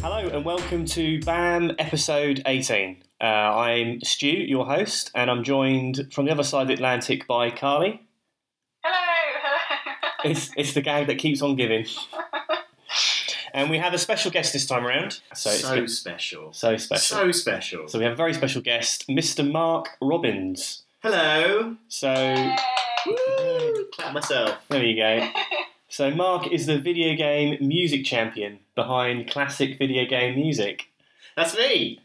Hello and welcome to BAM episode 18. Uh, I'm Stu, your host, and I'm joined from the other side of the Atlantic by Carly. Hello, hello. It's, it's the gang that keeps on giving. And we have a special guest this time around. So So, it's been- special. so special. So special. So we have a very special guest, Mr. Mark Robbins. Hello. So Yay. Woo. Clap myself. there you go. So Mark is the video game music champion behind classic video game music. That's me.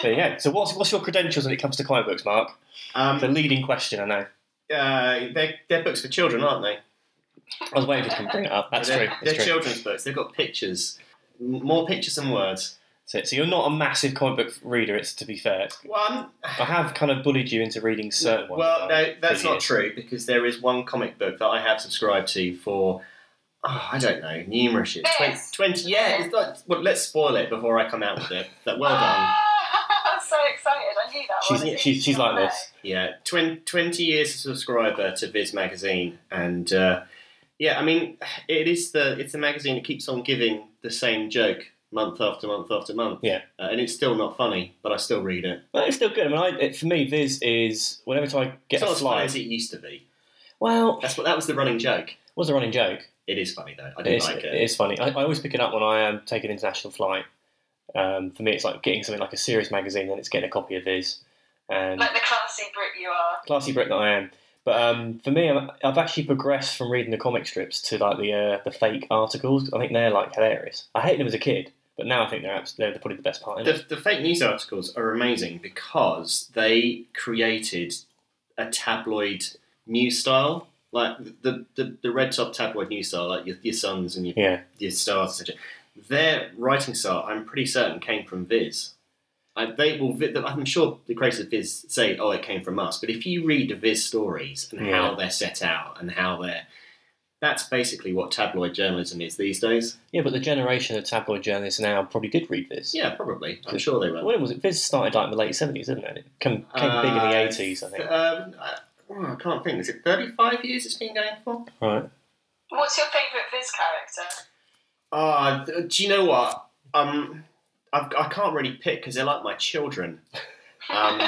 So yeah. So what's what's your credentials when it comes to comic books, Mark? The Um, leading question, I know. uh, they're, they're books for children, aren't they? I was waiting for you to bring it up. That's they're, true. They're That's true. children's books. They've got pictures. M- More pictures than words. So, so you're not a massive comic book reader. It's to be fair. One. I have kind of bullied you into reading certain ones. Well, though, no, that's for not years. true because there is one comic book that I have subscribed to for. Oh, I don't know, numerous years. Twen- Yes. 20, yeah, it's not, well, let's spoil it before I come out with it. That, well done. Ah, I'm so excited. I knew that one. She's, she's, she's like this. Yeah, 20, 20 years a subscriber to Viz magazine, and uh, yeah, I mean, it is the it's the magazine that keeps on giving the same joke month after month after month. Yeah. uh, and it's still not funny, but I still read it. Well, it's still good. I mean, I, it, for me, Viz is whenever time I get It's not a as funny as slide. it used to be. Well, That's what that was the running joke. was a running joke. It is funny though. I do It is, like it. it is funny. I, I always pick it up when I am taking an international flight. Um, for me, it's like getting something like a serious magazine, and it's getting a copy of Viz. And Like the classy Brit you are. classy Brit that I am. But um, for me, I'm, I've actually progressed from reading the comic strips to like the uh, the fake articles. I think they're like hilarious. I hated them as a kid, but now I think they're abs- they're probably the best part. Of it. The, the fake news articles are amazing because they created a tabloid news style, like the the, the red top tabloid news style, like your, your Suns and your Yeah, your stars, etc. Their writing style, I'm pretty certain, came from Viz. I, they will. vi- I'm sure the creators of Viz say, "Oh, it came from us." But if you read the Viz stories and how Yeah. they're set out and how they're, that's basically what tabloid journalism is these days. yeah. But the generation of tabloid journalists now probably did read Viz. Yeah, probably. I'm sure they were. When was it? Viz started like in the late seventies, didn't it? It came, came big in the Uh, eighties, I think. Um, I, oh, I can't think. Is it 35 years it's been going for? Right. What's your favourite Viz character? Ah, th- do you know what? Um, I've, I can't really pick because they're like my children. Um,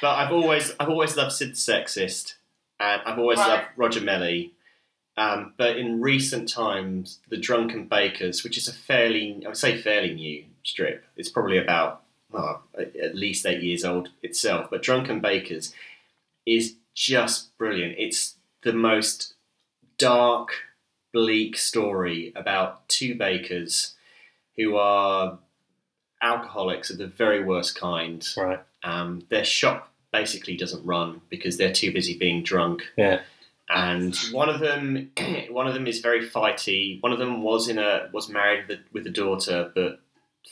But I've always I've always loved Sid Sexist, and I've always Right. loved Roger Melly. Um, but in recent times, the Drunken Bakers, which is a fairly I would say fairly new strip, it's probably about well, a- at least eight years old itself. But Drunken Bakers is just brilliant. It's the most dark, bleak story about two bakers who are alcoholics of the very worst kind. Right. Um, their shop basically doesn't run because they're too busy being drunk. Yeah. And one of them, one of them is very fighty. One of them was in a was married with a, with a daughter, but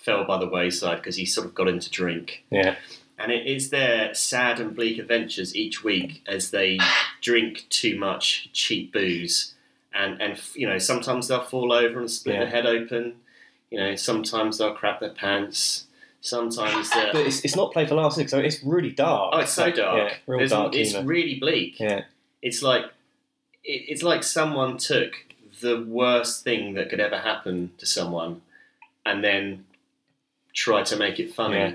fell by the wayside because he sort of got into drink. Yeah. And it is their sad and bleak adventures each week as they drink too much cheap booze, and and you know sometimes they'll fall over and split Yeah. their head open. You know sometimes they'll crap their pants. Sometimes they're But it's, it's not played for laughs, so it's really dark. uh, Oh, it's so dark. Yeah, real There's- dark It's humour. really bleak. Yeah. It's like it, it's like someone took the worst thing that could ever happen to someone, and then tried to make it funny. Yeah.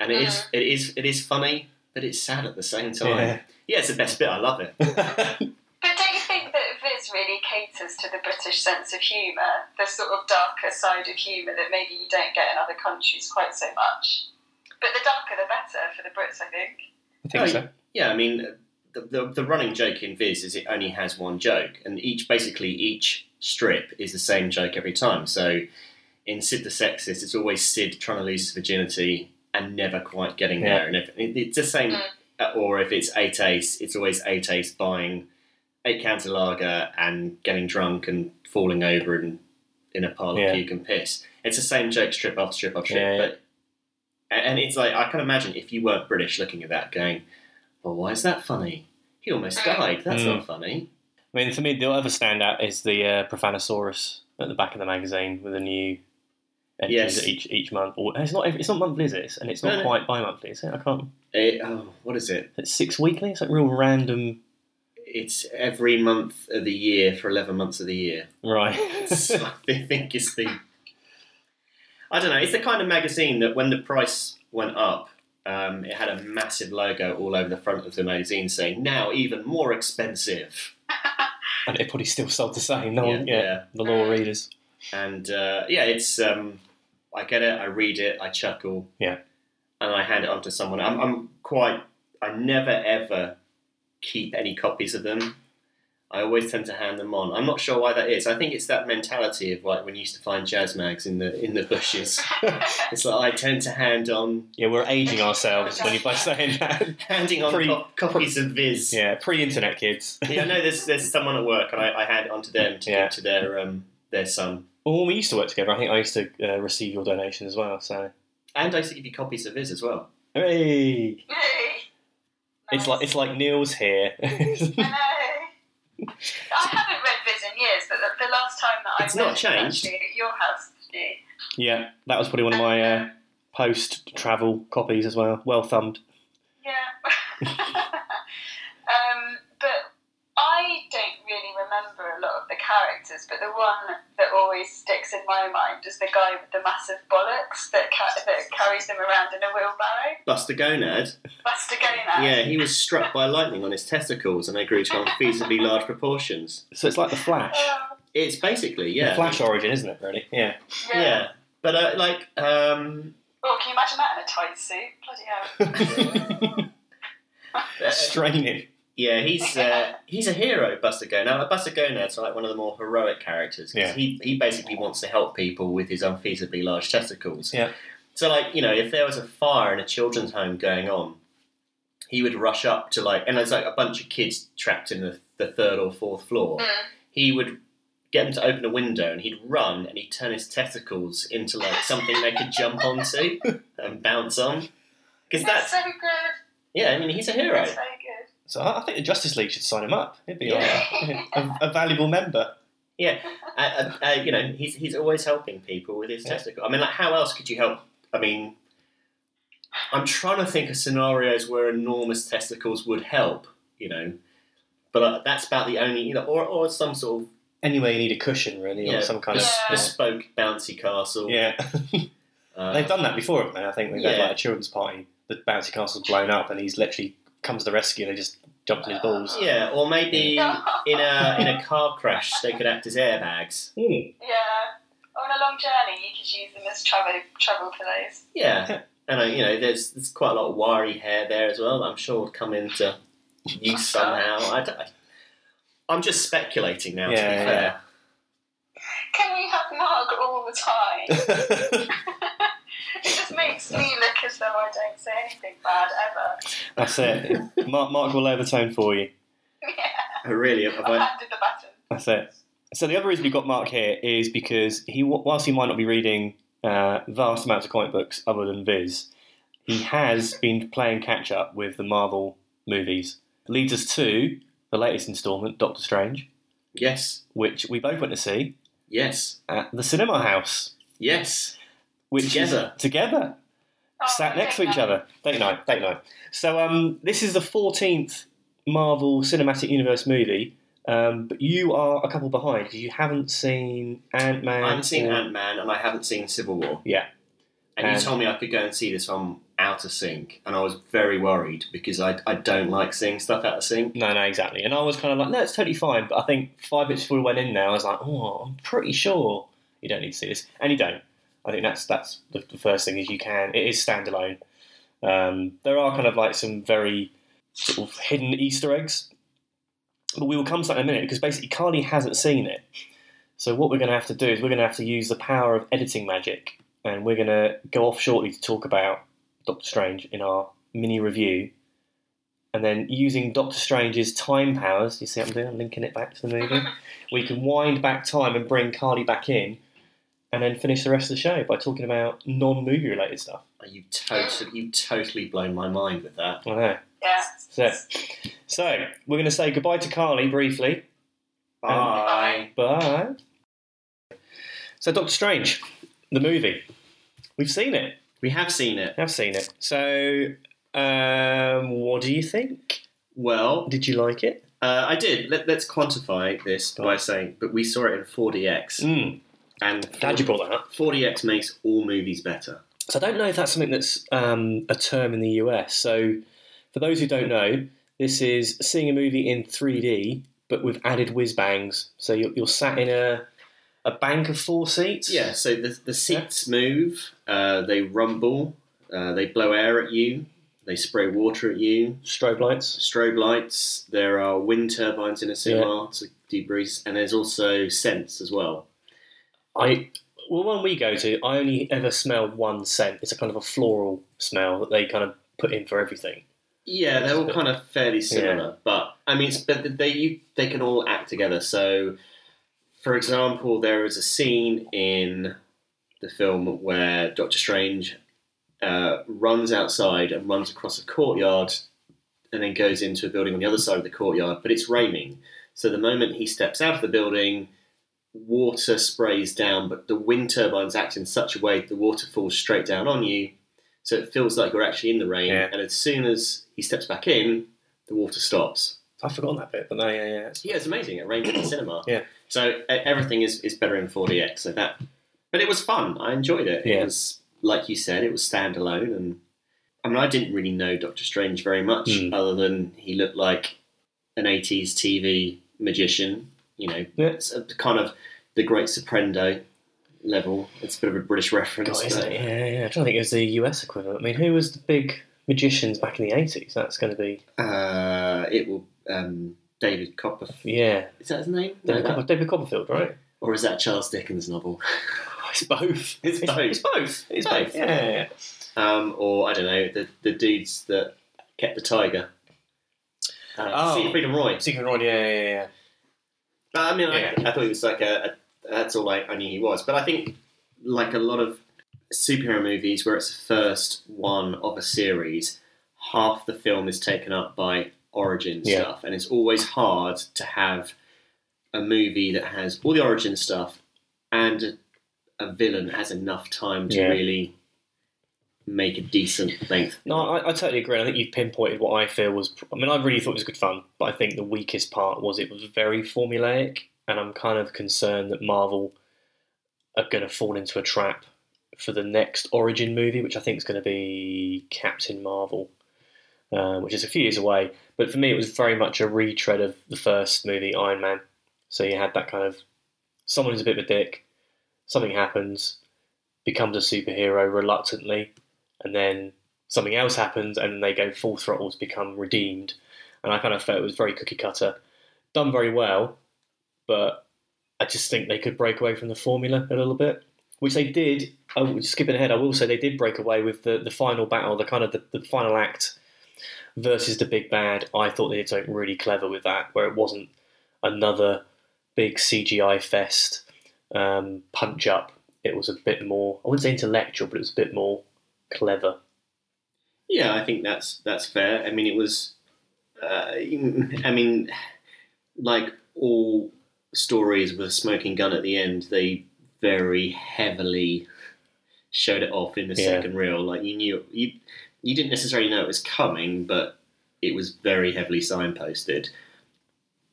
And it is it is it is funny, but it's sad at the same time. Yeah. Yeah, it's the best bit. I love it. But don't you think that Viz really caters to the British sense of humour? The sort of darker side of humour that maybe you don't get in other countries quite so much. But the darker the better for the Brits, I think. I think Oh, so. Yeah, I mean, the, the, the running joke in Viz is it only has one joke, and each basically each strip is the same joke every time. So in Sid the Sexist, it's always Sid trying to lose his virginity and never quite getting Yeah. there. And if, it, it's the same, uh, or if it's Eight Ace, it's always Eight Ace buying eight cans of lager and getting drunk and falling over and in a pile Yeah. of puke and piss. It's the same joke strip after strip after strip, Yeah, yeah. but and and it's like I can imagine if you weren't British looking at that going, Well, Oh, why is that funny? He almost died. That's Mm. not funny. I mean, for me, the other standout is the uh, Profanosaurus at the back of the magazine with a new entries Yes. each each month. Or it's not every- it's not monthly, is it? And it's No, not no. quite bi-monthly, is it? I can't. It, oh, what is it? It's six weekly. It's like real random. It's every month of the year for eleven months of the year. Right. It's- I thi- think it's the. I don't know. It's the kind of magazine that when the price went up, um, it had a massive logo all over the front of the magazine saying "Now even more expensive." and it probably still sold the same. No one, yeah, the law readers. And uh, yeah, it's um, I get it, I read it, I chuckle. Yeah. And I hand it on to someone. I'm, I'm quite. I never ever keep any copies of them. I always tend to hand them on. I'm not sure why that is. I think it's that mentality of like when you used to find jazz mags in the in the bushes. it's like I tend to hand on Yeah, we're aging ourselves when you by saying that. handing on Pre- co- copies of Viz. Yeah, pre-internet kids. yeah, no, there's there's someone at work, and I, I hand it on to them to Yeah. give to their um their son. Well, when we used to work together, I think I used to uh, receive your donation as well. So, And I used to give you copies of Viz as well. hey, Yay. it's like it's like Neil's here. I know. I haven't read Viz in years, but the, the last time that It's I read not it was changed. actually at your house, Stu. yeah, that was probably one of my um, uh, post-travel copies as well. Well thumbed. Yeah. um, but I don't really remember a lot of the characters, but the one that always sticks in my mind is the guy with the massive bollocks that, ca- that carries them around in a wheelbarrow. Buster Gonad. Buster Gonad. Yeah, he was struck by lightning on his testicles, and they grew to unfeasibly large proportions. So it's like the Flash. Oh, It's basically The yeah, Flash origin, isn't it? Really? Yeah. yeah. Yeah, but uh, like um, Well, can you imagine that in a tight suit? Bloody hell. uh, Straining. yeah, he's uh, he's a hero, Buster Gonad. Buster Gonad's like one of the more heroic characters 'cause Yeah. he he basically wants to help people with his unfeasibly large testicles. Yeah. So like you know, if there was a fire in a children's home going on, he would rush up to like, and there's like a bunch of kids trapped in the, the third or fourth floor. Mm. He would get them to open a window, and he'd run, and he'd turn his testicles into like something they could jump onto and bounce on. Because That's that's so good. yeah, I mean he's a hero. That's very good. So I I think the Justice League should sign him up. He'd be Yeah. like a, a valuable member. Uh, uh, uh, you know, he's he's always helping people with his Yeah. testicle. I mean, like, how else could you help? I mean, I'm trying to think of scenarios where enormous testicles would help. You know, but uh, that's about the only you know, or or some sort of Anyway, you need a cushion, really, Yeah. or some kind bes- Yeah. of. bespoke bouncy castle. Yeah. Uh, They've done that before, haven't they? I think they've had Yeah. like a children's party. The bouncy castle's blown up, and he's literally comes to the rescue and they just jumps in his balls. Yeah, or maybe Yeah. in a in a car crash they could act as airbags. Mm. Yeah. On a long journey, you could use them as travel travel pillows. Yeah, and uh, you know, there's there's quite a lot of wiry hair there as well. That I'm sure would come into use somehow. I don't, I'm just speculating now. to Yeah, be yeah. fair. Can we have Marg all the time? It just makes me look as though I don't say anything bad ever. That's it. Mark, Mark will lay the tone for you. I really have. I've I, handed the baton. That's it. So the other reason we got Mark here is because he, whilst he might not be reading uh, vast amounts of comic books other than Viz, he has been playing catch up with the Marvel movies. Leads us to the latest instalment, Doctor Strange, yes, which we both went to see yes, at the Cinema House, yes. which is- Together. together. Oh, sat next to each yeah. other. Date night, date night. So um, this is the fourteenth Marvel Cinematic Universe movie, um, but you are a couple behind because you haven't seen Ant Man. I haven't seen Ant Man and I haven't seen Civil War. Yeah. And, And- you told me I could go and see this on out of sync, and I was very worried because I, I don't like seeing stuff out of sync. No, no, exactly. And I was kind of like, no, it's totally fine. But I think five minutes before we went in, there, I was like, oh, I'm pretty sure you don't need to see this, and you don't. I think that's that's the, the first thing is you can. It is standalone. Um, there are kind of like some very sort of hidden Easter eggs, but we will come to that in a minute because basically Carly hasn't seen it. So what we're going to have to do is we're going to have to use the power of editing magic, and we're going to go off shortly to talk about Doctor Strange in our mini review, and then using Doctor Strange's time powers. You see what I'm doing? I'm linking it back to the movie. we can wind back time and bring Carly back in. And then finish the rest of the show by talking about non-movie related stuff. You totally, you totally blown my mind with that. I know. Yeah. So, so we're going to say goodbye to Carly briefly. Bye. Bye. So, Doctor Strange, the movie. We've seen it. We have seen it. I've seen it. So, um, what do you think? Well, Did you like it? uh, I did. Let, let's quantify this by saying, but we saw it in 4DX. Mm. And Glad you brought that up. 40x makes all movies better. So I don't know if that's something that's um, a term in the US. So for those who don't know, this is seeing a movie in 3D, but with added whiz bangs. So you're, you're sat in a a bank of four seats. Yeah, so the, the seats move, uh, they rumble, uh, they blow air at you, they spray water at you, Strobe lights. strobe lights, there are wind turbines in a cinema to debreeze, and there's also scents as well. I well, one we go to, I only ever smell one scent. It's a kind of a floral smell that they kind of put in for everything. Yeah, they're all kind of fairly similar, but I mean, it's, but they you, they can all act together. So, for example, there is a scene in the film where Doctor Strange uh, runs outside and runs across a courtyard, and then goes into a building on the other side of the courtyard. But it's raining, so the moment he steps out of the building, water sprays down. But the wind turbines act in such a way that the water falls straight down on you, so it feels like you're actually in the rain. Yeah. And as soon as he steps back in, the water stops. I've forgotten that bit, but no, yeah, yeah. It's, Yeah, it's amazing. It rained in the cinema. Yeah. So e- everything is, is better in 4DX. So that, but it was fun. I enjoyed it. Yeah. It was like you said, it was standalone, and I mean, I didn't really know Doctor Strange very much, Hmm. other than he looked like an 80s TV magician. You know, Yeah. it's a kind of the Great Soprendo level. It's a bit of a British reference. God, isn't but- it? Yeah, yeah, yeah. I'm trying to think. It was the US equivalent. I mean, who was the big magicians back in the 80s? That's going to be Uh, it will. Um, David Copperfield. yeah, Is that his name? No, David, that- Copper, David Copperfield, right? or is that a Charles Dickens novel? It's both. It's both. It's both. It's Both. both. Yeah, yeah, yeah. um, or I don't know, the, the dudes that kept the tiger. Uh, Oh. Siegfried and Roy. Secret Roy, yeah, yeah, yeah. But, I mean, Yeah. I, I thought he was like a, a. That's all I, I knew he was. But I think, like a lot of superhero movies, where it's the first one of a series, half the film is taken up by origin Yeah. stuff, and it's always hard to have a movie that has all the origin stuff and a, a villain has enough time to Yeah. really make a decent length. No, I, I totally agree. and I think you've pinpointed what I feel was. I mean, I really thought it was good fun, but I think the weakest part was it was very formulaic, and I'm kind of concerned that Marvel are going to fall into a trap for the next Origin movie, which I think is going to be Captain Marvel, uh, which is a few years away. But for me, it was very much a retread of the first movie, Iron Man. So you had that kind of someone who's a bit of a dick, something happens, becomes a superhero reluctantly, and then something else happens and they go full throttle to become redeemed. And I kind of felt it was very cookie cutter, done very well, but I just think they could break away from the formula a little bit, which they did. Oh, skipping ahead, I will say they did break away with the, the final battle, the kind of the, the final act versus the big bad. I thought they did something really clever with that, where it wasn't another big CGI fest um, punch up. It was a bit more, I wouldn't say intellectual, but it was a bit more clever. Yeah, I think that's that's fair. I mean, it was. Uh, I mean, like all stories with a smoking gun at the end, they very heavily showed it off in the Yeah. second reel. Like you knew you you didn't necessarily know it was coming, but it was very heavily signposted.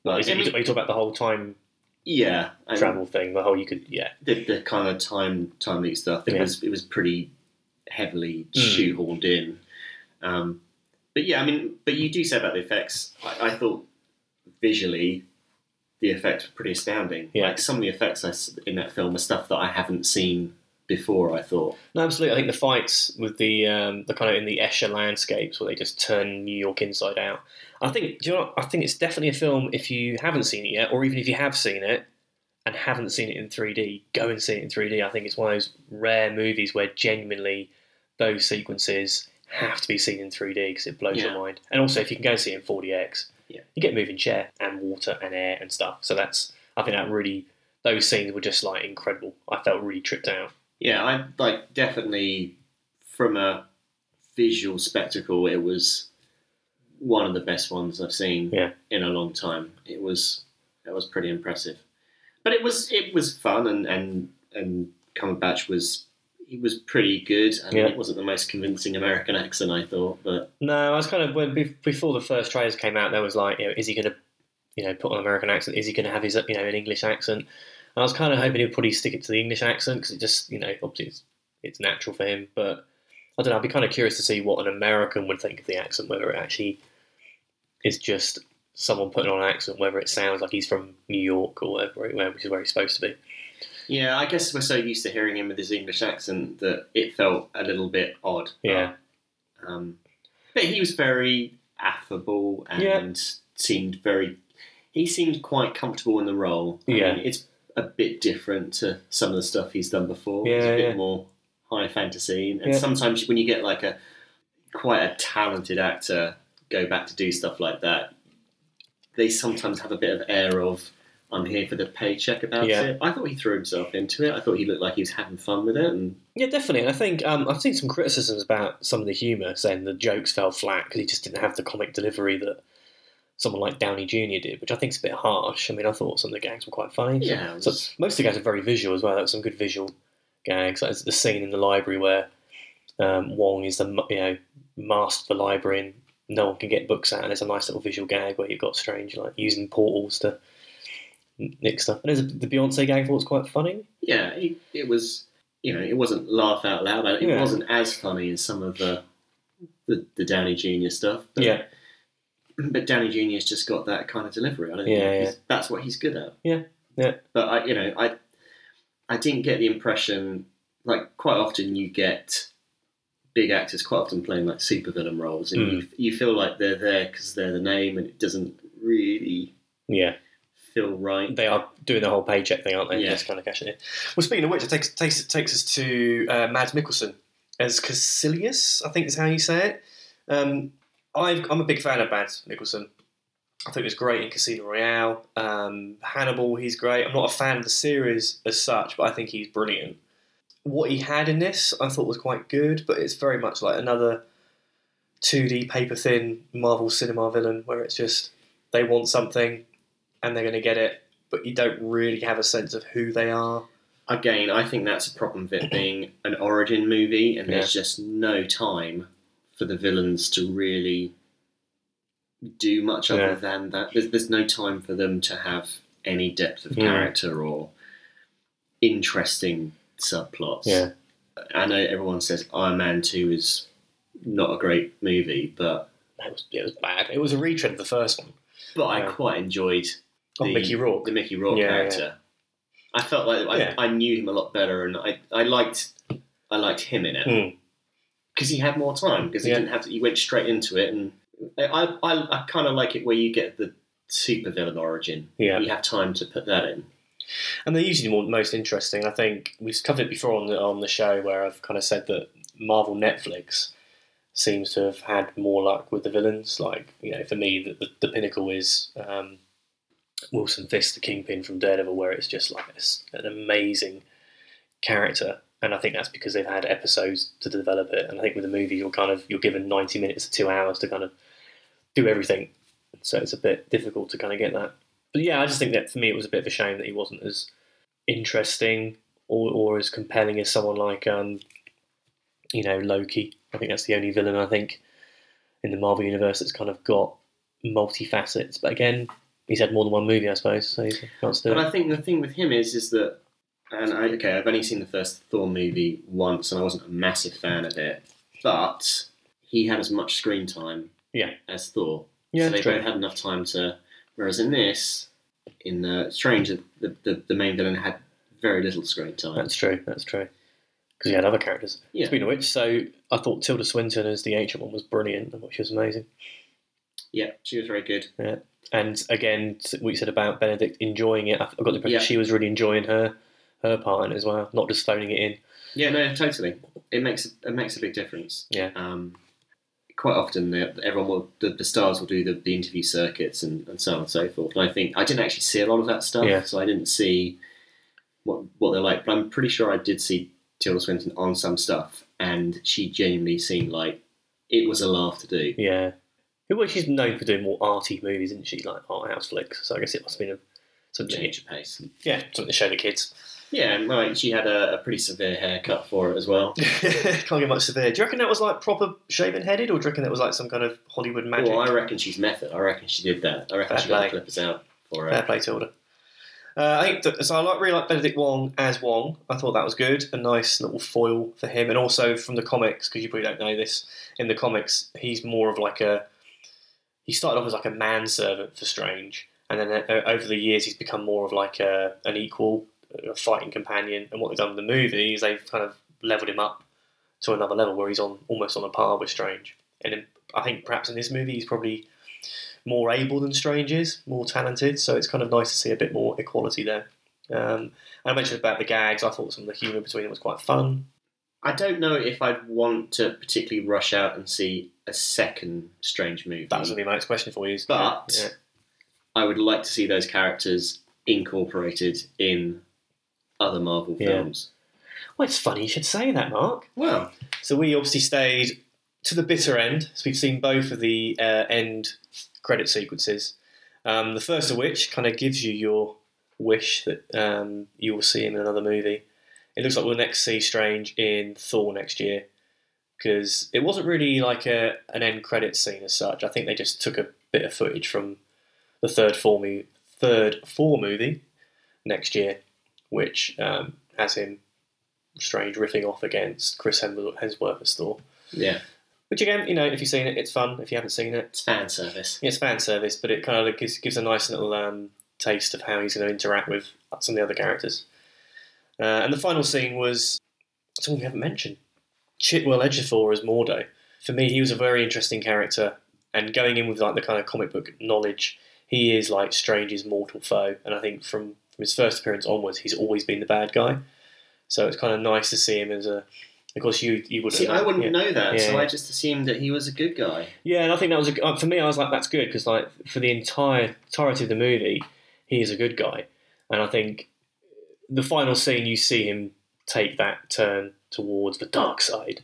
Well, But is it, I mean, are you talking about the whole time yeah, I mean, travel thing? The whole you could, yeah, the, the kind of time time loop stuff. It Yeah. was it was pretty heavily Mm. shoehorned in. Um, but yeah, I mean, but you do say about the effects. I, I thought visually the effects were pretty astounding. Yeah. Like some of the effects I s in that film are stuff that I haven't seen before. I thought. no, absolutely. I think the fights with the um, the kind of in the Escher landscapes where they just turn New York inside out. I think, do you know? What? I think it's definitely a film if you haven't seen it yet, or even if you have seen it and haven't seen it in 3D, go and see it in 3D. I think it's one of those rare movies where genuinely those sequences have to be seen in 3D because it blows Yeah. your mind. And also, if you can go and see it in 40x, Yeah. you get a moving chair and water and air and stuff. So that's I think that really those scenes were just like incredible. I felt really tripped out. Yeah, I like definitely from a visual spectacle, it was one of the best ones I've seen Yeah. in a long time. It was it was pretty impressive, but it was it was fun and and and Cumberbatch was he was pretty good. I mean, Yeah. it wasn't the most convincing American accent I thought, but No, I was kind of when be- before the first trailers came out, there was like, you know, is he going to, you know, put on an American accent? Is he going to have his, you know, an English accent? I was kind of hoping he'd probably stick it to the English accent because it just, you know, obviously it's, it's natural for him. But I don't know. I'd be kind of curious to see what an American would think of the accent, whether it actually is just someone putting on an accent, whether it sounds like he's from New York or wherever, which is where he's supposed to be. Yeah, I guess we're so used to hearing him with his English accent that it felt a little bit odd. Yeah. Um, but he was very affable and Yeah. seemed very. He seemed quite comfortable in the role. I Yeah. mean, it's a bit different to some of the stuff he's done before. it's Yeah, a bit yeah. more high fantasy, and, and Yeah. sometimes when you get like a quite a talented actor go back to do stuff like that, they sometimes have a bit of air of. I'm here for the paycheck about Yeah. it. I thought he threw himself into it. I thought he looked like he was having fun with it, and Yeah, definitely. And I think um, I've seen some criticisms about some of the humour, saying the jokes fell flat because he just didn't have the comic delivery that someone like Downey Jr. did, which I think is a bit harsh. I mean, I thought some of the gags were quite funny. Yeah, it So, was- most of the gags are very visual as well. There were some good visual gags. Like there's the scene in the library where um, Wong is the mu- you know master of the library and no one can get books out, and there's a nice little visual gag where you've got strange like using portals to nick stuff. And there's a, the Beyonce gag I thought was quite funny. yeah, it, it was. You know, it wasn't laugh out loud. and It Yeah. wasn't as funny as some of the the, the Downey Junior stuff. But, Yeah. but Downey Junior's just got that kind of delivery. I don't Yeah, think he's- that's what he's good at. Yeah, yeah. But I, you know, I I didn't get the impression like quite often you get big actors quite often playing like supervillain roles, and Mm. you you feel like they're there because they're the name, and it doesn't really Yeah. feel right. They are doing the whole paycheck thing, aren't they? Yeah. Just kind of cashing in. Well, speaking of which, it takes takes takes us to uh, Mads Mikkelsen as Cassilius. I think is how you say it. Um, I've, I'm a big fan of Mads Mikkelsen. I think he was great in Casino Royale. Um, Hannibal, he's great. I'm not a fan of the series as such, but I think he's brilliant. What he had in this, I thought was quite good, but it's very much like another 2D paper thin Marvel cinema villain where it's just they want something and they're going to get it, but you don't really have a sense of who they are. again, I think that's a problem with it being an origin movie, and there's just no time for the villains to really do much other Yeah. than that. There's, there's no time for them to have any depth of Yeah. character or interesting subplots. I know everyone says Iron Man 2 is not a great movie, but, That was, it was bad. It was a retread of the first one. but I Yeah. quite enjoyed Oh, Mickey Rourke. the Mickey Rourke Yeah, yeah. character. I felt like I, Yeah. I knew him a lot better, and I, I liked I liked him in Hmm. it because he had more time because he Yeah. didn't have to. He went straight into it, and I I, I, I kind of like it where you get the supervillain origin. Yeah. you have time to put that in. and they're usually more, most interesting. I think we've covered it before on the on the show where I've kind of said that Marvel Netflix seems to have had more luck with the villains. Like you know, for me, the, the, the pinnacle is um, Wilson Fisk, the Kingpin from Daredevil, where it's just like it's an amazing character. And I think that's because they've had episodes to develop it. And I think with a movie, you're kind of you're given ninety minutes to two hours to kind of do everything. So it's a bit difficult to kind of get that. But yeah, I just think that for me, it was a bit of a shame that he wasn't as interesting or, or as compelling as someone like um, you know Loki. I think that's the only villain I think in the Marvel universe that's kind of got multifacets. But again, he's had more than one movie, I suppose, so he's got to do But it. I think the thing with him is is that, and I, okay, I've only seen the first Thor movie once, and I wasn't a massive fan of it, but he had as much screen time Yeah. as Thor. Yeah, so they true. both had enough time to. Whereas in this, in the Strange, the, the, the main villain had very little screen time. That's true. That's true. Because he had other characters. Yeah. Speaking of which, so I thought Tilda Swinton as the ancient one was brilliant. I thought she was amazing. yeah, she was very good. And again, what you said about Benedict enjoying it, I got the impression Yeah. she was really enjoying her her part in it as well, not just phoning it in. Yeah, no, totally. It makes it makes a big difference. Yeah. Um, quite often, the, everyone will the, the stars will do the, the interview circuits and, and so on and so forth. And I think I didn't actually see a lot of that stuff, Yeah. so I didn't see what what they're like. But I'm pretty sure I did see Tilda Swinton on some stuff, and she genuinely seemed like it was a laugh to do. Yeah. Well, she's known for doing more arty movies, isn't she? Like art house flicks. So I guess it must have been a, something, Change of pace. yeah, something to show the kids. Yeah, and like she had a, a pretty severe haircut for it as well. Can't get much severe. Do you reckon that was like proper shaven headed, or do you reckon that was like some kind of Hollywood magic? Well, I reckon she's method. I reckon she did that. I reckon Fair she got play. the clippers out for it. Fair play, Tilda. Uh, I think that, so. I like really like Benedict Wong as Wong. I thought that was good, a nice little foil for him, and also from the comics because you probably don't know this. In the comics, he's more of like a he started off as like a manservant for Strange, and then uh, over the years he's become more of like a an equal, a fighting companion. And what they've done with the movie is they've kind of leveled him up to another level where he's on almost on a par with Strange. And in, I think perhaps in this movie he's probably more able than Strange is, more talented. So it's kind of nice to see a bit more equality there. Um, I mentioned about the gags. I thought some of the humour between them was quite fun. I don't know if I'd want to particularly rush out and see a second Strange movie, That was going to be my next question for you. is- but Yeah. I would like to see those characters incorporated in other Marvel Yeah. films. Well, it's funny you should say that, Mark. Well, So we obviously stayed to the bitter end. So we've seen both of the uh, end credit sequences. Um, the first of which kind of gives you your wish that um, you will see him in another movie. It looks like we'll next see Strange in Thor next year because it wasn't really like a an end credit scene as such. I think they just took a bit of footage from the third four movie, third four movie next year, which um, has him Strange riffing off against Chris Hemsworth Hemsworth as Thor. yeah, Which again, you know, if you've seen it, it's fun. If you haven't seen it, it's fan service. it's fan service, but it kind of gives, gives a nice little um, taste of how he's going to interact with some of the other characters. Uh, and the final scene was someone we haven't mentioned, Chitwell Ejiofor as Mordo. For me, he was a very interesting character, and going in with like the kind of comic book knowledge, he is like Strange's mortal foe, and I think from from his first appearance onwards, he's always been the bad guy. So it's kind of nice to see him as a. Of course, you you would. See, I wouldn't know that, so Yeah. I just assumed that he was a good guy. Yeah, and I think that was a, uh, for me. I was like, that's good because like for the entire entirety of the movie, he is a good guy, and I think the final scene you see him take that turn towards the dark side,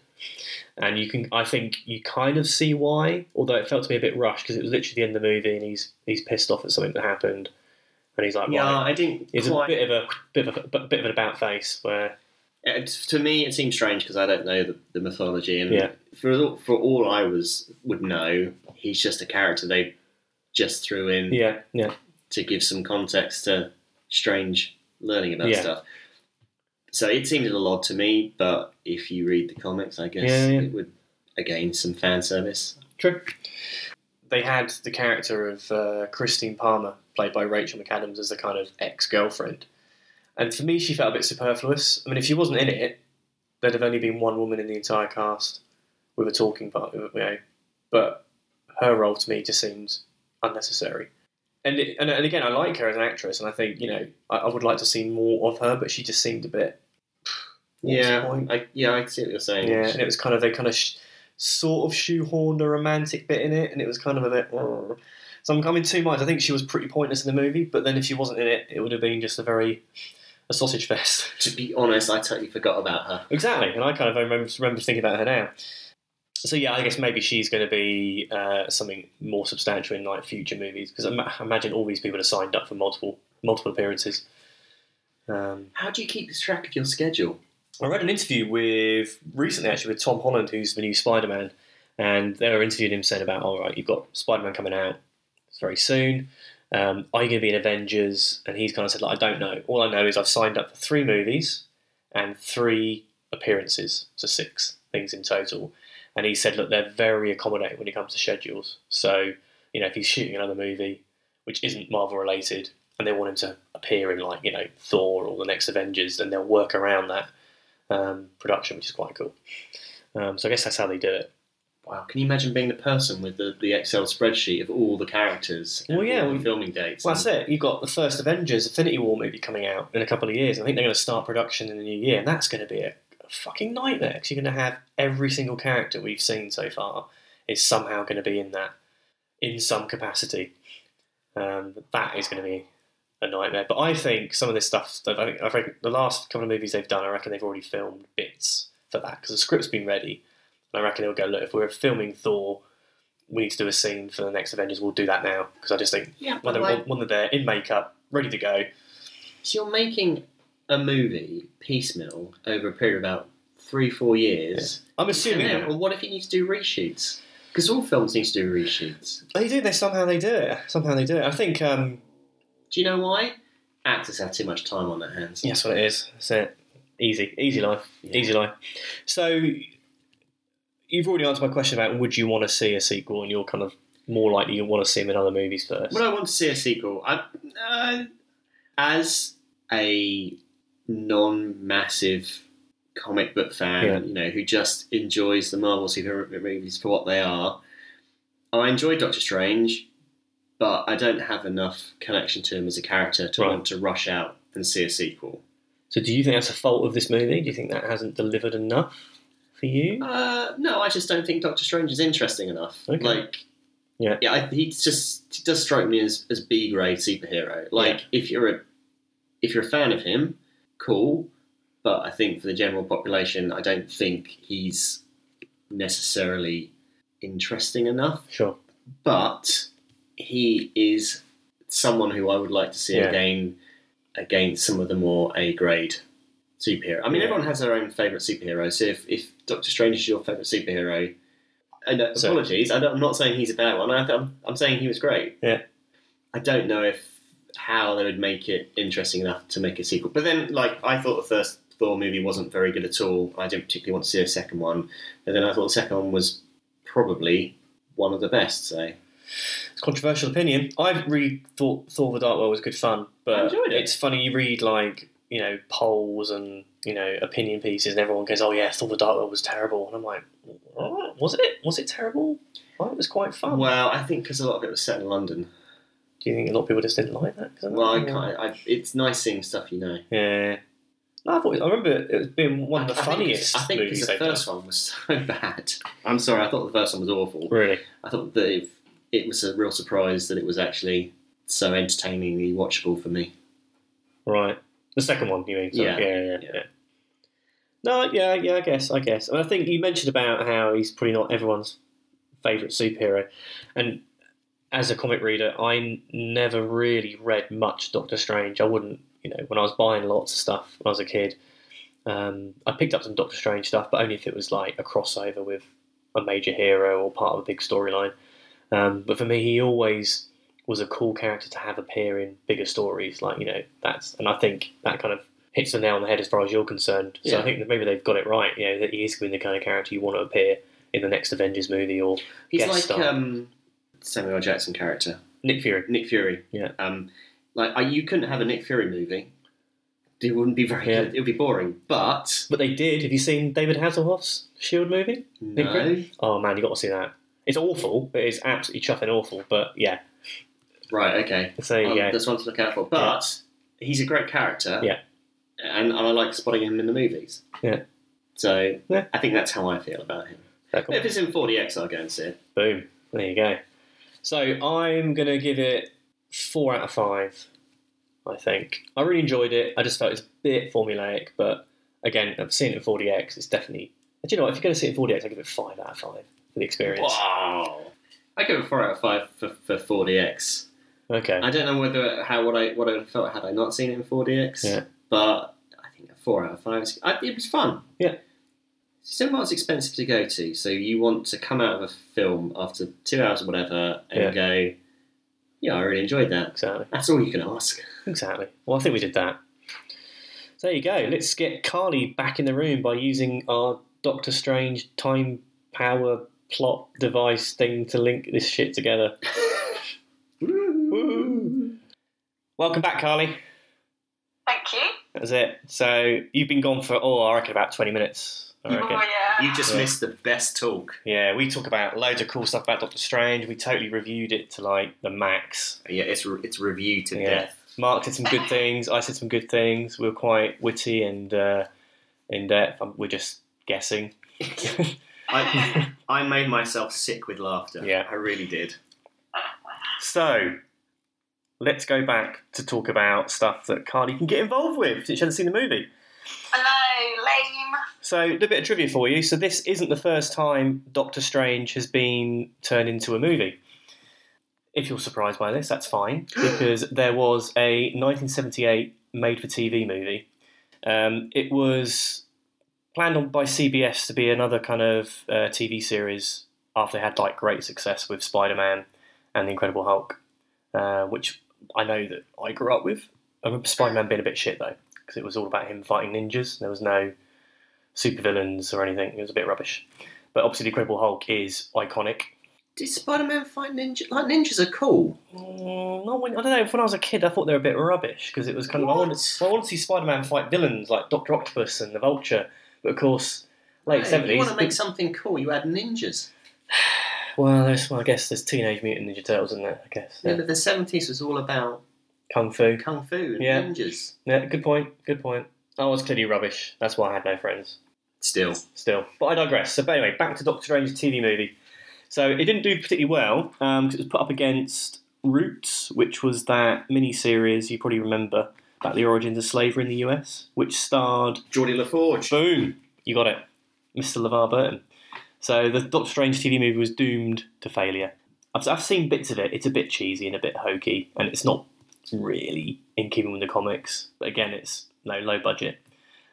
and you can I think you kind of see why. Although it felt to me a bit rushed because it was literally the end of the movie, and he's he's pissed off at something that happened, and he's like, Yeah, right, I didn't it's a quite. bit of a bit of a bit of an about face where It's, to me, it seems strange because I don't know the, the mythology, and Yeah. for all- for all I was would know, he's just a character they just threw in yeah yeah to give some context to strange learning about Yeah. stuff. So it seemed a little odd to me, but if you read the comics, I guess Yeah, yeah. it would again some fan service. True. They had the character of uh, Christine Palmer, played by Rachel McAdams, as the kind of ex girlfriend. And for me, she felt a bit superfluous. I mean, if she wasn't in it, there'd have only been one woman in the entire cast with a talking part, you know. But her role to me just seems unnecessary. And, it, and, and again, I like her as an actress, and I think, you know, I, I would like to see more of her, but she just seemed a bit. what was the Yeah, point? I, yeah, I see what you're saying. Yeah, and it was kind of they kind of sh- sort of shoehorned a romantic bit in it, and it was kind of a bit. "Oh." So I'm coming two minds. I think she was pretty pointless in the movie, but then if she wasn't in it, it would have been just a very a sausage fest. To be honest, I totally forgot about her. exactly, and I kind of remember, remember thinking about her now. So yeah, I guess maybe she's going to be uh, something more substantial in like future movies because I ma- imagine all these people are signed up for multiple multiple appearances. Um, How do you keep track of your schedule? I read an interview with recently actually with Tom Holland, who's the new Spider Man, and they were interviewing him saying about, all right, you've got Spider Man coming out very soon. Um, are you going to be in Avengers? And he's kind of said, like, I don't know. All I know is I've signed up for three movies and three appearances, so six things in total. And he said, look, they're very accommodating when it comes to schedules. So, you know, if he's shooting another movie which isn't Marvel related and they want him to appear in, like, you know, Thor or the next Avengers, then they'll work around that um, production, which is quite cool. Um, so I guess that's how they do it. Wow, can you imagine being the person with the, the Excel spreadsheet of all the characters? and Well, yeah, all the well, filming dates. Well, and- that's it. You've got the first Avengers Infinity War movie coming out in a couple of years. I think they're going to start production in the new year, and that's going to be a, a fucking nightmare because you're going to have every single character we've seen so far is somehow going to be in that in some capacity. Um, that is going to be a nightmare. But I think some of this stuff, that I think, I think the last couple of movies they've done, I reckon they've already filmed bits for that because the script's been ready. And I reckon they'll go, look, if we're filming Thor, we need to do a scene for the next Avengers, we'll do that now because I just think Yeah, when but they're, like, when they're there in makeup, ready to go. So you're making a movie piecemeal over a period of about three, four years. I'm assuming Yeah, well, what if you need to do reshoots? Because all films need to do reshoots. they do. They somehow they do it. Somehow they do it. I think. Um, Do you know why? actors have too much time on their hands. That's what it is. That's it. Easy, easy life, Yeah. easy life. So you've already answered my question about would you want to see a sequel, and you're kind of more likely you want to see them in other movies first. Would I want to see a sequel? I, uh, as a non-massive comic book fan, Yeah. you know, who just enjoys the Marvel superhero movies for what they are, I enjoy Doctor Strange, but I don't have enough connection to him as a character to Right. want to rush out and see a sequel. so do you think that's a fault of this movie? Do you think that hasn't delivered enough for you? Uh, no, I just don't think Doctor Strange is interesting enough. Okay. Like, Yeah. yeah, I, he just he does strike me as, as B grade superhero. Like, if you're a if you're a fan of him, cool. But I think for the general population, I don't think he's necessarily interesting enough. Sure. But he is someone who I would like to see Yeah. again against some of the more A grade superhero. I mean, Yeah. everyone has their own favourite superhero. So if, if Doctor Strange is your favourite superhero, and uh, So- apologies, I don't, I'm not saying he's a bad one. I, I'm, I'm saying he was great. Yeah. I don't know if how they would make it interesting enough to make a sequel. But then, like, I thought the first Thor movie wasn't very good at all. I didn't particularly want to see a second one. But then I thought the second one was probably one of the best. So It's a controversial opinion. I've really thought Thor the Dark World was good fun, but I enjoyed it. it's funny you read like you know polls and you know opinion pieces, and everyone goes, "Oh yeah, Thor the Dark World was terrible," and I'm like, "Oh, "Was it? Was it terrible? I thought it was quite fun." well, I think because a lot of it was set in London. Do you think a lot of people just didn't like that? 'Cause I'm Well, I like, can't, I, it's nice seeing stuff you know. Yeah. No, I thought I remember it was being one of the I think it's- funniest I think movies because the they've first one was so bad. I'm sorry, I thought the first one was awful. done. Really? I thought that it, it was a real surprise that it was actually so entertainingly watchable for me. Right. The second one, you mean? Sorry. Yeah. Yeah, yeah, yeah. No, yeah, yeah. I guess, I guess. And I think you mentioned about how he's probably not everyone's favorite superhero, and as a comic reader, I n- never really read much Doctor Strange. I wouldn't, you know, when I was buying lots of stuff when I was a kid. Um, I picked up some Doctor Strange stuff, but only if it was like a crossover with a major hero or part of a big storyline. Um, but for me, he always was a cool character to have appear in bigger stories. Like you know, that's and I think that kind of hits the nail on the head as far as you're concerned. So I Yeah. think that maybe they've got it right. You know, that he is going to be the kind of character you want to appear in the next Avengers movie or He's Guest like star. um, Samuel L. Jackson character, Nick Fury. Nick Fury. Yeah. Um, like I, you couldn't have a Nick Fury movie. It wouldn't be very Yeah. good. It would be boring. But But they did. Have you seen David Hasselhoff's Shield E movie? Nick no, Oh man, you got to see that. It's awful. It is absolutely chuffing awful. But yeah, right? Okay. so Um, yeah, That's one to look out for. But he's a great character. Yeah. And, and I like spotting him in the movies. Yeah. So Yeah. I think that's how I feel about him. that got- If it's in 40x, I'll go and see it. boom. There you go. So I'm gonna give it four out of five. I think I really enjoyed it. I just felt it's a bit formulaic, but again, I've seen it in 40x. It's definitely. Do you know what? If you're going to see it in 40x, I give it five out of five for the experience. Wow. I give it four out of five for, for 40x. Okay. I don't know whether how what I what I would have felt had I not seen it in 40x. Yeah. But I think a four out of five. Is, I, it was fun. Yeah. Cinema's expensive to go to, so you want to come out of a film after two hours or whatever and Yeah. go, yeah, I really enjoyed that. Exactly. That's all you can ask. Exactly. Well, I think we did that. So there you go. Let's get Carly back in the room by using our Doctor Strange time power plot device thing to link this shit together. Woo. Welcome back, Carly. Thank you. That was it. So you've been gone for oh, I reckon about twenty minutes. I reckon. Oh, yeah. You just Yeah. missed the best talk. Yeah, we talk about loads of cool stuff about Doctor Strange. We totally reviewed it to like the max. Yeah, it's re- it's reviewed to Yeah. death. Mark did some good things. I said some good things. We were quite witty and uh, in depth. Um, We're just guessing. I I made myself sick with laughter. Yeah. I really did. so let's go back to talk about stuff that Carly can get involved with since she hasn't seen the movie. Hello, lame. So, a little bit of trivia for you. So, this isn't the first time Doctor Strange has been turned into a movie. If you're surprised by this, that's fine, because there was a 1978 made for TV movie. Um, it was planned on by CBS to be another kind of uh, TV series after they had like great success with Spider Man and The Incredible Hulk, uh, which I know that I grew up with. I remember Spider Man being a bit shit though, because it was all about him fighting ninjas. There was no supervillains or anything. It was a bit rubbish. But obviously, the Incredible Hulk is iconic. Did Spider Man fight ninja? Like ninjas are cool. Mm, not when, I don't know. When I was a kid, I thought they were a bit rubbish because it was kind of I wanted, What? I wanted to see Spider Man fight villains like Doctor Octopus and the Vulture, but of course, late Hey, seventies. you want to make something cool? You add ninjas. well, there's, well, I guess there's Teenage Mutant Ninja Turtles in there. I guess Yeah, yeah. but the seventies was all about kung fu. kung fu and Yeah. ninjas. Yeah, good point. Good point. I was clearly rubbish. That's why I had no friends. Still, Still, but I digress. So, but anyway, back to Doctor Strange's TV movie. So it didn't do particularly well because it was put up against Roots, which was that mini series you probably remember about the origins of slavery in the US, which starred Geordie LaForge. Boom! You got it. Mr. LeVar Burton. So the Doctor Strange TV movie was doomed to failure. I've, I've seen bits of it. It's a bit cheesy and a bit hokey, and it's not really in keeping with the comics. But again, it's no low budget.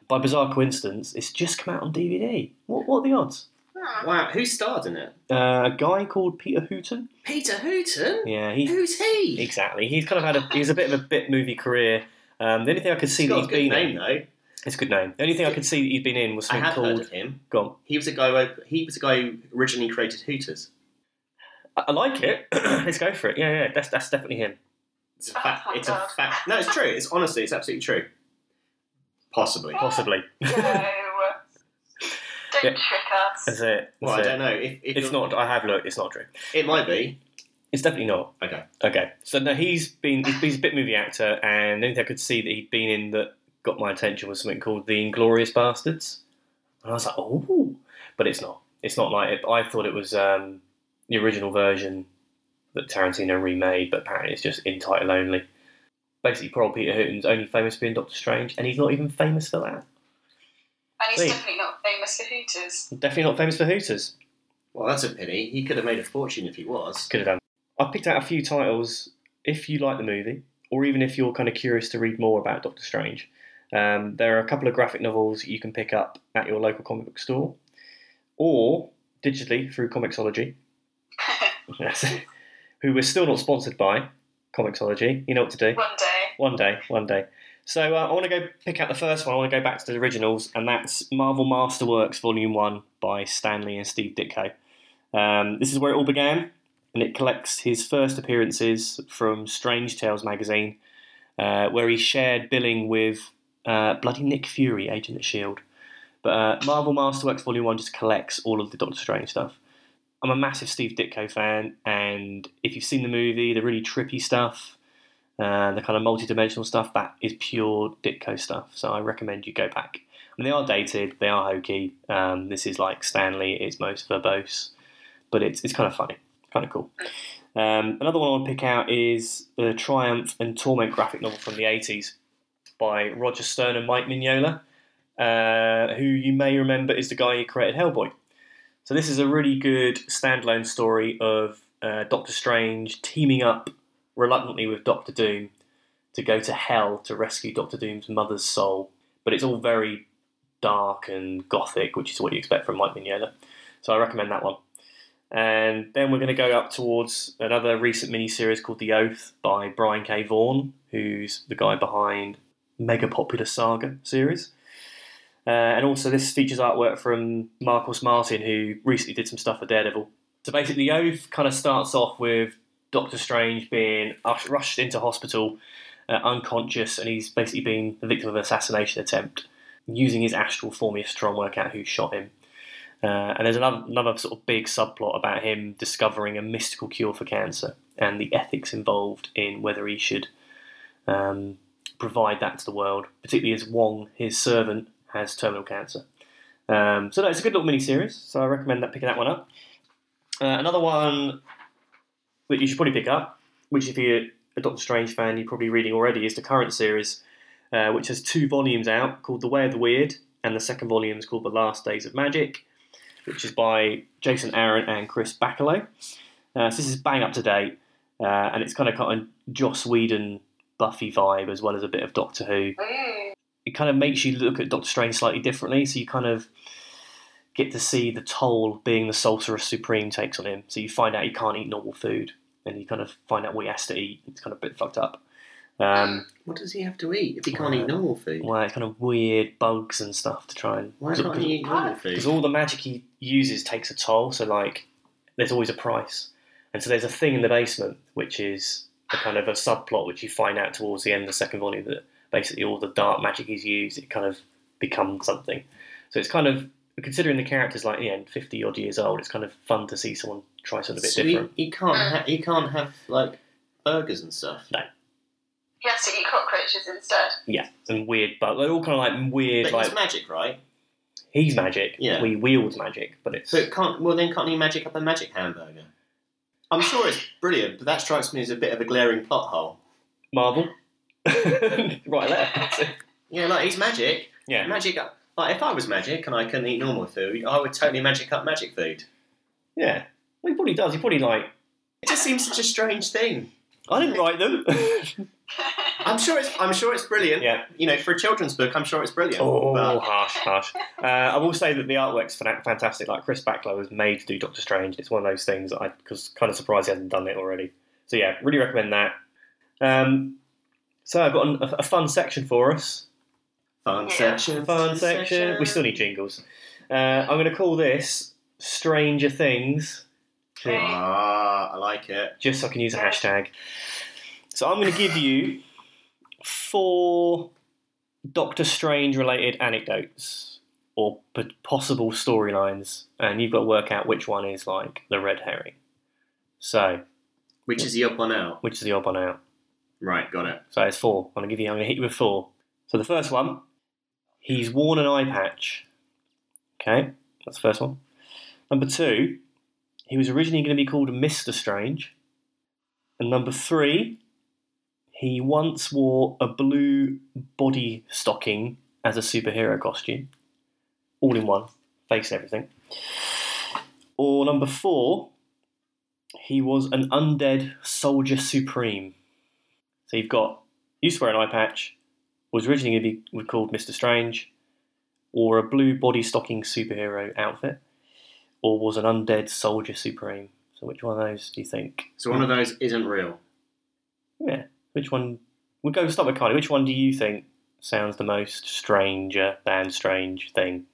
By bizarre coincidence, it's just come out on DVD. What, what are the odds? Hmm. Wow, who starred in it? Uh, a guy called Peter Hooton. Peter Hooton. Yeah, he Who's he? exactly. He's kind of had a he's a bit of a bit movie career. Um, the only thing I could see He's that got he's a good been name in, though. it's a good name. The only thing I could see that he'd been in was I something have heard called of him. Gone. He was a guy. Who, op- he was a guy who originally created Hooters. I, I like it. Let's go for it. Yeah, yeah, that's that's definitely him. It's a fact. It's a fact. No, it's true. It's honestly, it's absolutely true. Possibly. Possibly. No. Don't Yeah. trick us. That's it. That's Well, I it. don't know. If, if It's you're- not. I have looked. It's not true. It might be. It's definitely not. Okay. Okay. So no, he's been he's, he's a bit movie actor, and the only thing I could see that he'd been in that got my attention was something called The Inglorious Bastards, and I was like, oh, but it's not. It's not like it. I thought it was um, the original version that Tarantino remade, but apparently it's just in title only. Basically, poor old Peter Hooton's only famous for being Doctor Strange, and he's not even famous for that. And he's Wait. definitely not famous for Hooters. Definitely not famous for Hooters. Well, that's a pity. He could have made a fortune if he was. could have done. I picked out a few titles if you like the movie, or even if you're kind of curious to read more about Doctor Strange. Um, there are a couple of graphic novels you can pick up at your local comic book store, or digitally through Comixology, Yes. who we're still not sponsored by. Comixology, you know what to do. One day. One day, one day. So uh, I want to go pick out the first one. I want to go back to the originals, and that's Marvel Masterworks Volume One by Stanley and Steve Ditko. Um, this is where it all began, and it collects his first appearances from Strange Tales magazine, uh, where he shared billing with uh, bloody Nick Fury, Agent of Shield. E But uh, Marvel Masterworks Volume One just collects all of the Doctor Strange stuff. I'm a massive Steve Ditko fan, and if you've seen the movie, the really trippy stuff, uh, the kind of multi-dimensional stuff that is pure Ditko stuff. So I recommend you go back. And they are dated, they are hokey. Um, this is like Stanley; it's most verbose, but it's it's kind of funny, kind of cool. Um, another one I want to pick out is the Triumph and Torment graphic novel from the '80s by Roger Stern and Mike Mignola, uh, who you may remember is the guy who created Hellboy. So this is a really good standalone story of uh, Doctor Strange teaming up reluctantly with Doctor Doom to go to hell to rescue Doctor Doom's mother's soul. But it's all very dark and gothic, which is what you expect from Mike Mignola. So I recommend that one. And then we're going to go up towards another recent miniseries called The Oath by Brian K. Vaughan, who's the guy behind mega popular Saga series. Uh, and also, this features artwork from Marcus Martin, who recently did some stuff for Daredevil. So basically, The Oath kind of starts off with Doctor Strange being ush- rushed into hospital, uh, unconscious, and he's basically been the victim of an assassination attempt. Using his astral form, he's trying to work out who shot him. Uh, and there's another, another sort of big subplot about him discovering a mystical cure for cancer and the ethics involved in whether he should um, provide that to the world, particularly as Wong, his servant, has terminal cancer. Um, so no, it's a good little mini series. So I recommend that picking that one up. Uh, another one that you should probably pick up, which if you're a Doctor Strange fan, you're probably reading already, is the current series, uh, which has two volumes out called The Way of the Weird, and the second volume is called The Last Days of Magic, which is by Jason Aaron and Chris Bacalo. Uh, so this is bang up to date, uh, and it's kind of got a Joss Whedon Buffy vibe as well as a bit of Doctor Who Ooh. it kind of makes you look at Doctor Strange slightly differently. So you kind of get to see the toll being the Sorcerer Supreme takes on him. So you find out he can't eat normal food, and you kind of find out what he has to eat. It's kind of a bit fucked up. Um, What does he have to eat if he can't eat normal food? well, kind of weird bugs and stuff to try and. Why can't he eat normal Because food? all the magic he uses takes a toll, so like there's always a price. And so there's a thing in the basement which is a kind of a subplot which you find out towards the end of the second volume that basically all the dark magic he's used, it kind of becomes something. So it's kind of considering the character's like yeah, fifty odd years old, it's kind of fun to see someone try something a bit So he, different. he can't ha- he can't have like burgers and stuff. He has to eat cockroaches instead. Yeah. And weird but they're all kind of like But weird it's like magic, right? he's magic. Yeah. We wield magic, but it's So it can't. Well, then can't he magic up a magic hamburger? I'm sure it's brilliant, but that strikes me as a bit of a glaring plot hole. Marvel. right there. Yeah, like he's magic. Yeah. Magic up. Like if I was magic and I couldn't eat normal food, I would totally magic up magic food. Yeah. Well, he probably does. He probably like It just seems such a strange thing. I didn't write them. I'm sure it's. I'm sure it's brilliant. yeah. You know, for a children's book, I'm sure it's brilliant. Oh, But harsh, harsh. Uh, I will say that the artwork's fan- fantastic. Like Chris Backlow was made to do Doctor Strange. It's one of those things that I was kind of surprised he hasn't done it already. So yeah, really recommend that. Um, so I've got an, a, a fun section for us. fun Yeah. section. Fun section. We still need jingles. Uh, I'm going to call this Stranger Things. Okay. Ah, I like it. just so I can use a hashtag. So I'm going to give you four Doctor Strange related anecdotes or p- possible storylines, and you've got to work out which one is like the red herring. So, Which is the up one out? which is the odd one out? Right, got it. So it's four. I'm going to give you. I'm going to hit you with four. So the first one, he's worn an eye patch. Okay, that's the first one. Number two, he was originally going to be called Mister Strange. And number three, he once wore a blue body stocking as a superhero costume, all in one, face and everything. Or number four, he was an undead soldier supreme. So you've got used to wear an eye patch, was originally going to be called Mister Strange, or a blue body stocking superhero outfit, or was an undead soldier supreme. So which one of those do you think? So one of those isn't real. Yeah, which one? We'll go start with Carly. Which one do you think sounds the most stranger than strange thing?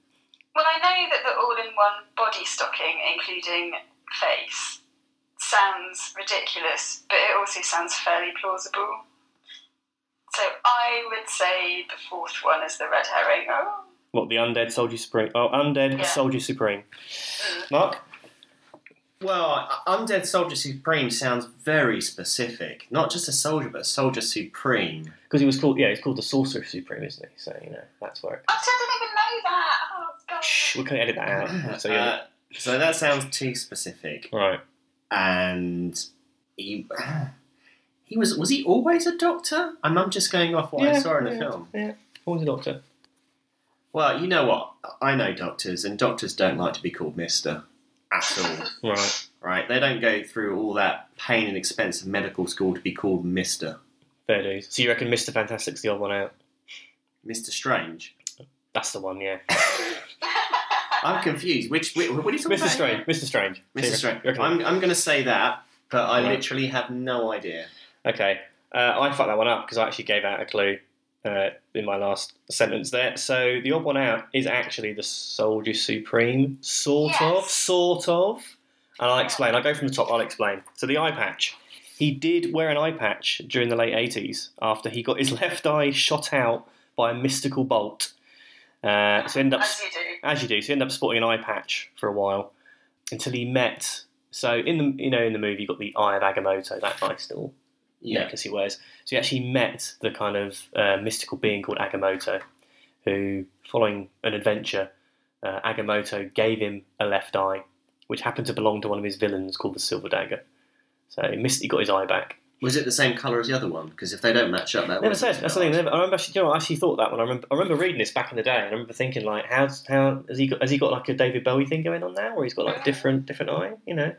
Well, I know that the all-in-one body stocking, including face, sounds ridiculous, but it also sounds fairly plausible. So I would say the fourth one is the red herring. Oh, What the undead soldier supreme? Oh, undead Yeah. soldier supreme. Mark. Well, Undead Soldier Supreme sounds very specific. Not just a soldier, but a soldier supreme. Because he was called, yeah, he's called the Sorcerer Supreme, isn't he? So you know that's where. It, I didn't even know that. Oh god. shh, we can edit that out. So yeah, Uh, so that sounds too specific. right. And he he was was he always a doctor? I'm, I'm just going off what I saw in the yeah, film. Yeah, always a doctor. Well, you know what? I know doctors, and doctors don't like to be called Mister at all. Right, right? They don't go through all that pain and expense of medical school to be called Mister. fair dues. So you reckon Mister Fantastic's the odd one out? Mister Strange. That's the one, yeah. I'm confused. Which, which what are you talking Mister about? Strange. Mister Strange. So you Mr. Strange. reckon- you reckon- I'm, I'm going to say that, but I Right. literally have no idea. okay, uh, I fucked that one up because I actually gave out a clue uh, in my last sentence there. So the odd one out is actually the Soldier Supreme, sort of, Yes. sort of. And I'll explain. I'll go from the top. I'll explain. So the eye patch. He did wear an eye patch during the late 80s after he got his left eye shot out by a mystical bolt. Uh, so ended up As you do. as you do. So you end up sporting an eye patch for a while until he met. So in the you know in the movie you got the eye of Agamotto, that eye still Yeah. necklace he wears. So he actually met the kind of uh, mystical being called Agamotto, who, following an adventure, uh, Agamotto gave him a left eye, which happened to belong to one of his villains called the Silver Dagger. So he missed, he got his eye back. Was it the same colour as the other one? Because if they don't match up, that Never was said. That's the thing. Never, I remember actually. You know, I actually thought that one. I remember. I remember reading this back in the day, and I remember thinking like, how's how has he got has he got like a David Bowie thing going on now, or he's got like different different eye, you know?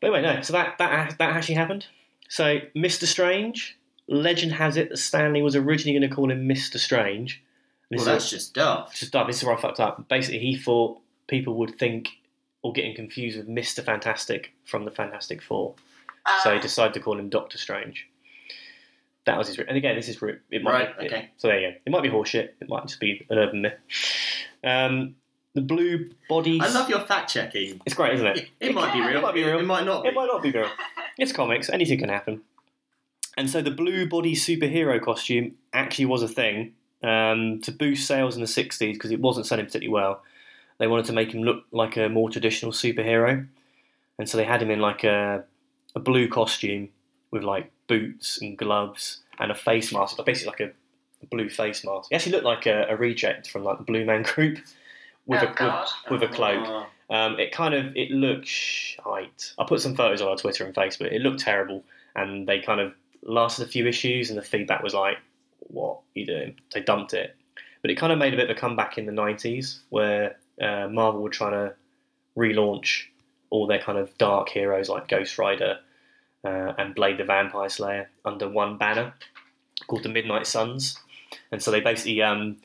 But anyway, no. So that that that actually happened. So Mister Strange, legend has it that Stanley was originally going to call him Mister Strange. And Well, This that's is just this daft. is dumb. This is where I fucked up. Basically, he thought people would think or get him confused with Mister Fantastic from the Fantastic Four, Um, Uh, so he decided to call him Doctor Strange. That was his. And again, this is root. It might Right, Be, okay. So there you go. It might be horseshit. It might just be an urban myth. Um, the blue bodies. I love your fact checking. It's great, isn't it? It, it might be It real. might be real. It might not. Be. It might not be real. It's comics. Anything can happen. And so the blue body superhero costume actually was a thing um, to boost sales in the 60s because it wasn't selling particularly well. They wanted to make him look like a more traditional superhero. And so they had him in like a, a blue costume with like boots and gloves and a face mask, like basically like a blue face mask. He actually looked like a, a reject from like the Blue Man Group with, oh, a, God. with, with a cloak. Oh, Um, it kind of it looked shite. I put some photos on our Twitter and Facebook. It looked terrible, and they kind of lasted a few issues, and the feedback was like, "What are you doing?" They dumped it, but it kind of made a bit of a comeback in the '90s, where uh, Marvel were trying to relaunch all their kind of dark heroes like Ghost Rider uh, and Blade the Vampire Slayer under one banner called the Midnight Suns, and so they basically um,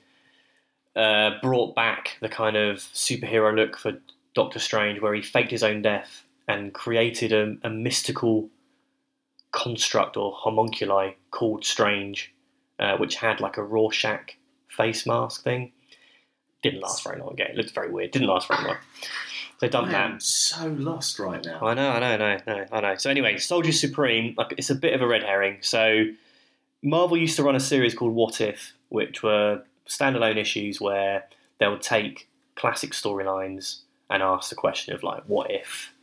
uh, brought back the kind of superhero look for Doctor Strange, where he faked his own death and created a, a mystical construct or homunculi called Strange, uh, which had like a Rorschach face mask thing. Didn't last very long. Again, it looked very weird. Didn't last very long. So they I dumped that. am so lost right now. Oh, I know, I know, I know, I know, I know. So anyway, Soldier Supreme, like, it's a bit of a red herring. So Marvel used to run a series called What If, which were standalone issues where they would take classic storylines and ask the question of like, what if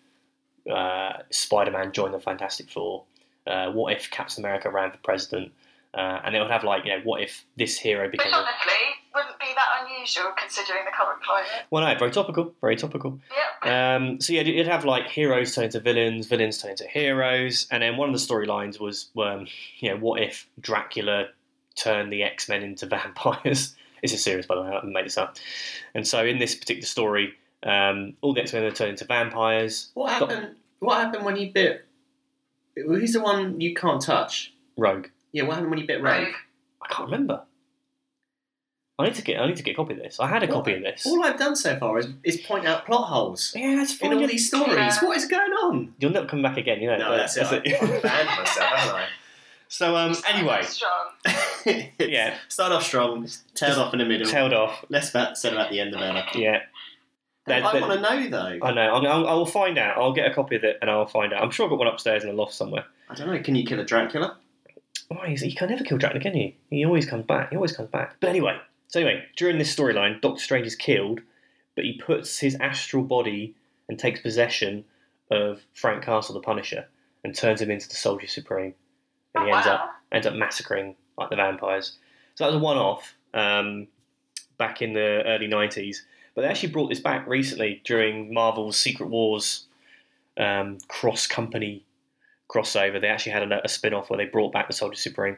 uh, Spider-Man joined the Fantastic Four? Uh, what if Captain America ran for president? Uh, and they would have like, you know, what if this hero Which became? A... honestly wouldn't be that unusual considering the current climate. Well, no, very topical, very topical. Yep. Um, so yeah, you'd have like heroes turn into villains, villains turn into heroes, and then one of the storylines was, um, you know, what if Dracula turned the X Men into vampires? this is serious, by the way. I haven't made this up. And so in this particular story, um, all the X Men are turned into vampires. What happened? What happened when you bit? Who's the one you can't touch? Rogue. Yeah, what happened when you bit Rogue. Rogue? I can't remember. I need to get. I need to get a copy of this. I had a What? copy of this. All I've done so far is, is point out plot holes yeah, it's in fine. all You'll, these stories. Yeah. What is going on? you'll never come back again. You know. but I've banned myself, haven't I? so um, anyway, Strong. Yeah. Start off strong, tails off in the middle. tailed off. Less about said about the end about it. Yeah. That- I that- want to know though. I know. I'll, I'll, I'll find out. I'll get a copy of it and I'll find out. I'm sure I've got one upstairs in a loft somewhere. I don't know. Can you kill a Dracula? Why? is you can never kill Dracula, can you? He always comes back. He always comes back. But anyway, so anyway, during this storyline, Doctor Strange is killed, but he puts his astral body and takes possession of Frank Castle, the Punisher, and turns him into the Soldier Supreme. And Oh, he ends wow. up ends up massacring like the vampires. So that was a one off um, back in the early '90s. But they actually brought this back recently during Marvel's Secret Wars um, cross company crossover. They actually had a, a spin off where they brought back the Soldier Supreme.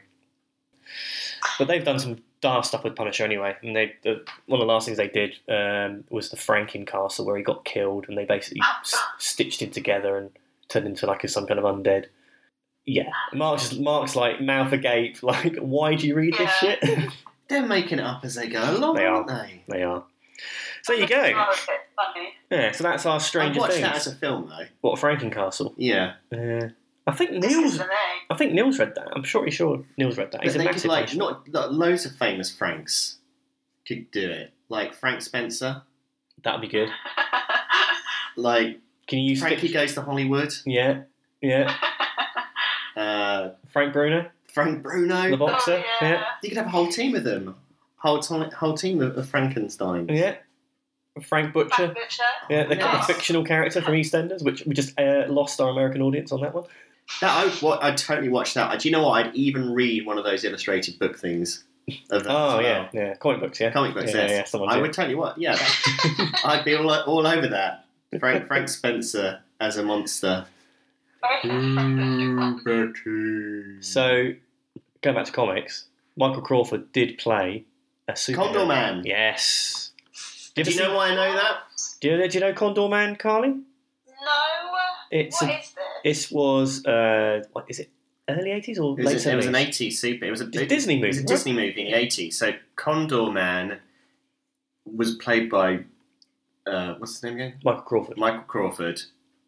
But they've done some dar stuff with Punisher anyway. And they the, one of the last things they did um, was the Franken Castle where he got killed, and they basically s- stitched him together and turned him into like some kind of undead. Yeah, Mark's Mark's like mouth agape, like why do you read this Yeah. shit? They're making it up as they go along, They are. aren't they? they are. So there you go. Oh, it's a bit funny. Yeah, so that's our I Stranger watched Things. that as a film though. What Franken Castle? Yeah, Uh, I think This is Neil's. the name. I think Neil's read that. I'm pretty sure Neil's read that. He's but a they massive could like Punisher. not like, loads of famous Franks could do it. Like Frank Spencer, That'd be good. like Can you use Frankie fic- Goes to Hollywood, Yeah, yeah. uh, Frank Bruno, Frank Bruno. the boxer. Oh, yeah. You could have a whole team of them. Whole, to- whole team of, of Frankenstein. yeah, yeah. Frank Frank Butcher. Butcher. Yeah, the kind of Nice. fictional character from EastEnders, which we just uh, lost our American audience on that one. That I what I totally watched that. Do you know what? I'd even read one of those illustrated book things. Of that Oh as well. yeah, yeah. Comic books, yeah. comic books. Yeah, yes. yeah, someone I did. would totally what. Yeah, that- I'd be all, all over that. Frank Frank Spencer as a monster. Mm. Frank Butcher. Betty. So going back to comics, Michael Crawford did play a super. Condor Man. Yes. Did Do you know why I know that? Do you, do you know Condor Man, Carly? No. uh, It's what a, is this? this was uh, what is it? Early eighties or It late was, a- it was seventies? an 80s super. It was a, It's a Disney It was a movie, Disney movie in the 80s. So Condor Man was played by uh, what's his name again? Michael Crawford. Michael Crawford,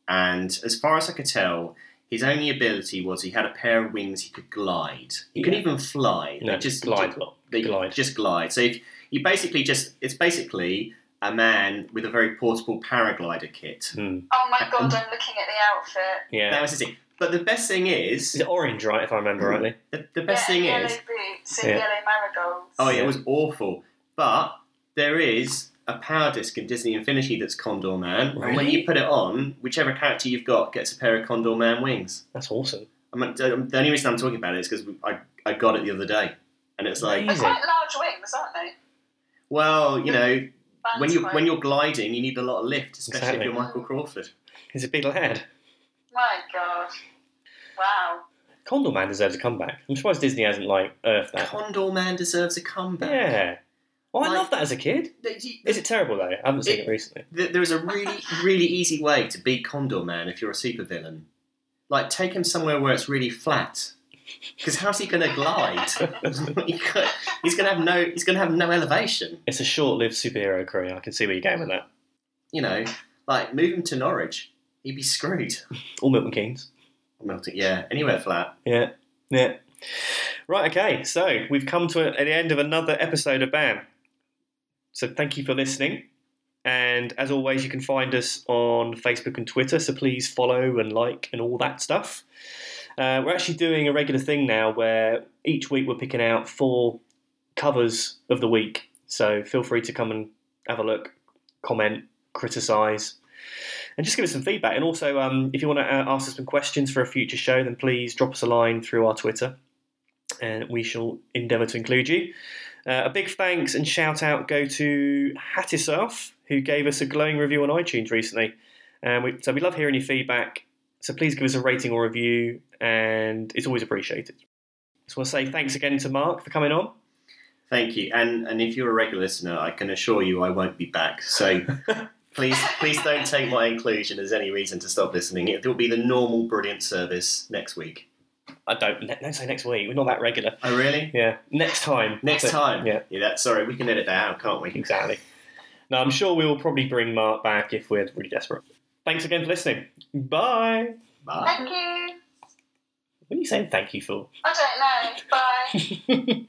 and as far as I could tell, His only ability was he had a pair of wings he could glide. He Yeah. couldn't even fly. No, they just glide lot. They Glide. Just glide. So if you basically just it's basically a man with a very portable paraglider kit. Hmm. Oh my god, I'm looking at the outfit. That Yeah. was Hmm. his thing. But the best thing Is is it orange, right? If I remember rightly. the, the best yeah, thing yellow is boots and Yeah. yellow marigolds. Oh, yeah, Yeah. it was awful. But there is a power disc in Disney Infinity that's Condor Man, and when Really? you put it on, whichever character you've got gets a pair of Condor Man wings. That's awesome. I mean, the the only reason I'm talking about it is because I, I got it the other day, and it's like, They're Amazing. quite large wings, aren't they? well, you know, Bands when you wise. when you're gliding, you need a lot of lift, especially Exactly. if you're Michael Crawford. He's a big lad. My god. Wow. Condor Man deserves a comeback. I'm surprised Disney hasn't like earthed that. Condor Man deserves a comeback. yeah. Oh, I Like- loved that as a kid. Th- you- Is it terrible though? I haven't seen it recently. th- there is a really, really easy way to beat Condor Man if you're a supervillain. Like, take him somewhere where it's really flat. Because how's he going to glide? He can't- he's going to have no. He's going to have no elevation. It's a short-lived superhero career. I can see where you're going with that. You know, like move him to Norwich. He'd be screwed. All Milton Keynes. Melting. Yeah, anywhere flat. Yeah. Yeah. Right. Okay. So we've come to a, at the end of another episode of BAM. So thank you for listening. And as always, you can find us on Facebook and Twitter. So please follow and like and all that stuff. Uh, we're actually doing a regular thing now where each week we're picking out four covers of the week. So feel free to come and have a look, comment, criticise, and just give us some feedback. And also, um, if you want to uh, ask us some questions for a future show, then please drop us a line through our Twitter, and we shall endeavour to include you. Uh, a big thanks and shout out go to Hattisurf, who gave us a glowing review on iTunes recently. And we, so we love hearing your feedback. So please give us a rating or review, and it's always appreciated. So I want to say thanks again to Mark for coming on. Thank you. And and if you're a regular listener, I can assure you I won't be back. So. Please, please don't take my inclusion as any reason to stop listening. It will be the normal brilliant service next week. I don't, ne- don't say next week. We're not that regular. Oh, really? Yeah, next time. Next But- time. Yeah. Yeah. That, sorry, we can edit that out, can't we? Exactly. Now, I'm sure we will probably bring Mark back if we're really desperate. Thanks again for listening. Bye. Bye. Thank you. What are you saying thank you for? I don't know. Bye.